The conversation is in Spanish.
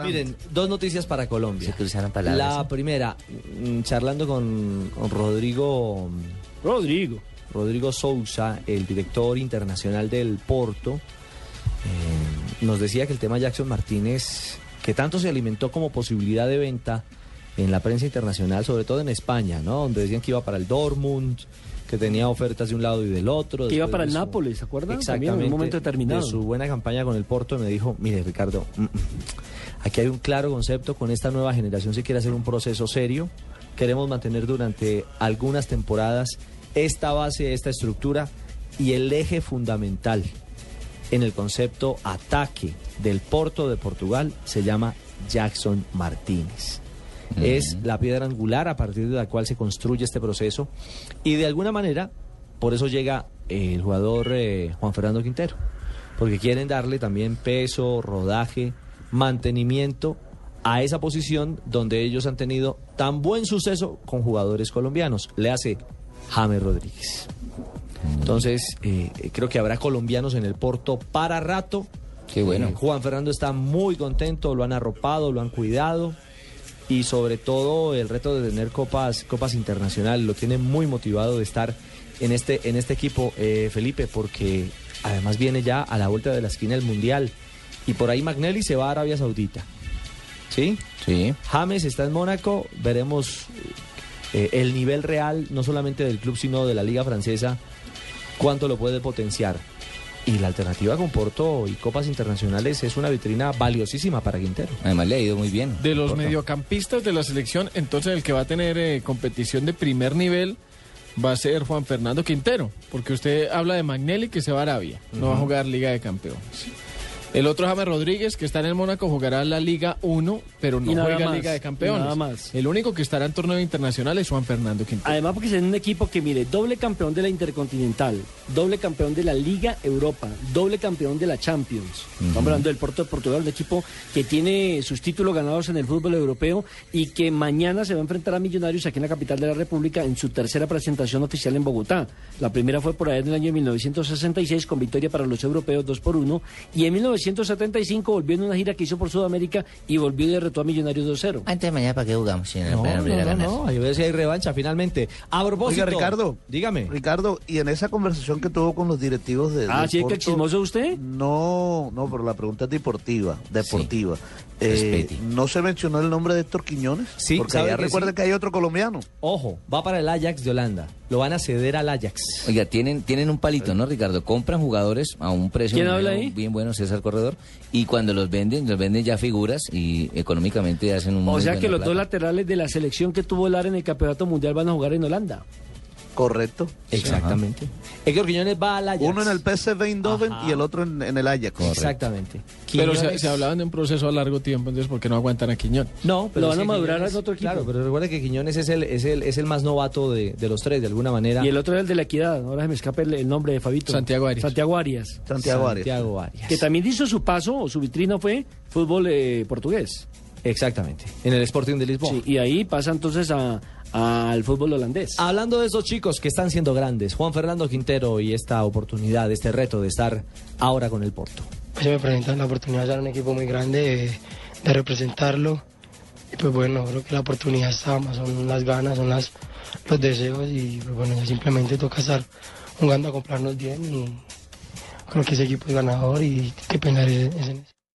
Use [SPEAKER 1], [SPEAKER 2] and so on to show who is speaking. [SPEAKER 1] Miren, dos noticias para Colombia.
[SPEAKER 2] Se cruzaron palabras,
[SPEAKER 1] La
[SPEAKER 2] ¿eh?
[SPEAKER 1] primera, mm, charlando con con Rodrigo
[SPEAKER 3] Rodrigo.
[SPEAKER 1] Rodrigo Sousa, el director internacional del Porto, eh, nos decía que el tema Jackson Martínez, que tanto se alimentó como posibilidad de venta en la prensa internacional, sobre todo en España, ¿no? Donde decían que iba para el Dortmund, que tenía ofertas de un lado y del otro.
[SPEAKER 3] Que iba
[SPEAKER 1] después
[SPEAKER 3] para
[SPEAKER 1] de
[SPEAKER 3] el
[SPEAKER 1] su-
[SPEAKER 3] Nápoles, ¿se acuerdan? También en un
[SPEAKER 1] Exactamente.
[SPEAKER 3] momento determinado.
[SPEAKER 1] De su buena campaña con el Porto, me dijo, mire Ricardo, mm, mm, aquí hay un claro concepto, con esta nueva generación se quiere hacer un proceso serio, queremos mantener durante algunas temporadas esta base, esta estructura y el eje fundamental en el concepto ataque del Porto de Portugal se llama Jackson Martínez. Es la piedra angular a partir de la cual se construye este proceso y de alguna manera por eso llega eh, el jugador eh, Juan Fernando Quintero, porque quieren darle también peso, rodaje, mantenimiento a esa posición donde ellos han tenido tan buen suceso con jugadores colombianos. Le hace James Rodríguez. Entonces, eh, eh, creo que habrá colombianos en el Porto para rato.
[SPEAKER 2] Qué bueno.
[SPEAKER 1] Eh, Juan Fernando está muy contento, lo han arropado, lo han cuidado. Y sobre todo el reto de tener copas, copas internacionales, lo tiene muy motivado de estar en este, en este equipo, eh, Felipe, porque además viene ya a la vuelta de la esquina el Mundial. Y por ahí Magnelli se va a Arabia Saudita. ¿Sí?
[SPEAKER 2] Sí.
[SPEAKER 1] James está en Mónaco, veremos eh, el nivel real, no solamente del club, sino de la liga francesa, cuánto lo puede potenciar. Y la alternativa con Porto y Copas Internacionales es una vitrina valiosísima para Quintero.
[SPEAKER 2] Además le ha ido muy bien.
[SPEAKER 4] De los
[SPEAKER 2] Porto.
[SPEAKER 4] mediocampistas de la selección, entonces el que va a tener eh, competición de primer nivel va a ser Juan Fernando Quintero, porque usted habla de Magnelli que se va a Arabia, no va a jugar Liga de Campeones. El otro James Rodríguez, que está en el Mónaco, jugará la Liga 1, pero no
[SPEAKER 3] Y nada
[SPEAKER 4] juega
[SPEAKER 3] más,
[SPEAKER 4] Liga de
[SPEAKER 3] y
[SPEAKER 4] Campeones.
[SPEAKER 3] nada más. Ah,
[SPEAKER 4] El único que estará en torneo internacional es Juan Fernando Quintero.
[SPEAKER 3] Además porque es en un equipo que, mire, doble campeón de la Intercontinental, doble campeón de la Liga Europa, doble campeón de la Champions. Estamos hablando del Porto de Portugal, un equipo que tiene sus títulos ganados en el fútbol europeo y que mañana se va a enfrentar a Millonarios aquí en la capital de la República en su tercera presentación oficial en Bogotá. La primera fue por allá en el año 1966 con victoria para los europeos 2 por 1 y en 1975 volvió en una gira que hizo por Sudamérica y volvió y derrotó a Millonarios 2-0.
[SPEAKER 2] Antes de Ah, mañana, ¿para qué jugamos? Si en el
[SPEAKER 1] No,
[SPEAKER 2] plan
[SPEAKER 1] no,
[SPEAKER 2] volver a
[SPEAKER 1] no,
[SPEAKER 2] ganar.
[SPEAKER 1] no, hay ver si hay revancha finalmente. A propósito,
[SPEAKER 5] Oiga, Ricardo.
[SPEAKER 1] dígame.
[SPEAKER 5] Ricardo, y en esa conversación que tuvo con los directivos de.
[SPEAKER 3] Ah,
[SPEAKER 5] del
[SPEAKER 3] ¿sí es que
[SPEAKER 5] Porto,
[SPEAKER 3] chismoso usted?
[SPEAKER 5] No, no, pero la pregunta es deportiva. Deportiva. Eh,
[SPEAKER 2] Respete.
[SPEAKER 5] no se mencionó el nombre de Héctor Quiñones.
[SPEAKER 1] Sí,
[SPEAKER 5] porque
[SPEAKER 1] sabe
[SPEAKER 5] allá
[SPEAKER 1] que
[SPEAKER 5] recuerda
[SPEAKER 1] sí.
[SPEAKER 5] que hay otro colombiano.
[SPEAKER 1] Ojo, va para el Ajax de Holanda. Lo van a ceder al Ajax.
[SPEAKER 2] Oiga, tienen, tienen un palito, ¿no, Ricardo? Compran jugadores a un precio
[SPEAKER 3] ¿Quién
[SPEAKER 2] muy
[SPEAKER 3] habla
[SPEAKER 2] bueno,
[SPEAKER 3] ahí?
[SPEAKER 2] bien bueno, César Corredor, y cuando los venden, los venden ya figuras y económicamente hacen un
[SPEAKER 3] O
[SPEAKER 2] muy
[SPEAKER 3] sea que
[SPEAKER 2] buena
[SPEAKER 3] los dos
[SPEAKER 2] plata.
[SPEAKER 3] laterales de la selección que tuvo el AR en el Campeonato Mundial van a jugar en Holanda.
[SPEAKER 5] Correcto.
[SPEAKER 1] Exactamente. Héctor Quiñones va al Ajax.
[SPEAKER 5] Uno en el PSV Eindhoven
[SPEAKER 1] Ajá.
[SPEAKER 5] y el otro en, en el Ajax.
[SPEAKER 1] Exactamente.
[SPEAKER 4] Pero se,
[SPEAKER 1] Quiñones-
[SPEAKER 4] se hablaban de un proceso a largo tiempo, entonces ¿por qué no aguantan a Quiñón?
[SPEAKER 1] No, pero
[SPEAKER 3] Lo van
[SPEAKER 1] es
[SPEAKER 3] a
[SPEAKER 1] que
[SPEAKER 3] madurar
[SPEAKER 1] Quiñones-
[SPEAKER 3] en otro equipo.
[SPEAKER 1] Claro, pero recuerde que Quiñones es el, es el, es el más novato de, de los tres, de alguna manera.
[SPEAKER 3] Y el otro es el de la Equidad. Ahora se me escapa el, el nombre de Fabito.
[SPEAKER 4] Santiago Arias.
[SPEAKER 3] Santiago Arias.
[SPEAKER 5] Santiago Arias.
[SPEAKER 1] Santiago Arias.
[SPEAKER 3] Que también hizo su paso, o su vitrina fue fútbol eh, portugués.
[SPEAKER 1] Exactamente. En el Sporting de Lisboa.
[SPEAKER 3] Sí, y ahí pasa entonces a- al fútbol holandés.
[SPEAKER 1] Hablando de esos chicos que están siendo grandes, Juan Fernando Quintero y esta oportunidad, este reto de estar ahora con el Porto.
[SPEAKER 6] pues se me presentan la oportunidad de estar en un equipo muy grande, de, de representarlo. Y pues bueno, creo que la oportunidad está, más son las ganas, son las, los deseos y pues bueno, ya simplemente toca estar jugando a comprarnos bien y creo que ese equipo es ganador y hay que pensar es- es en eso.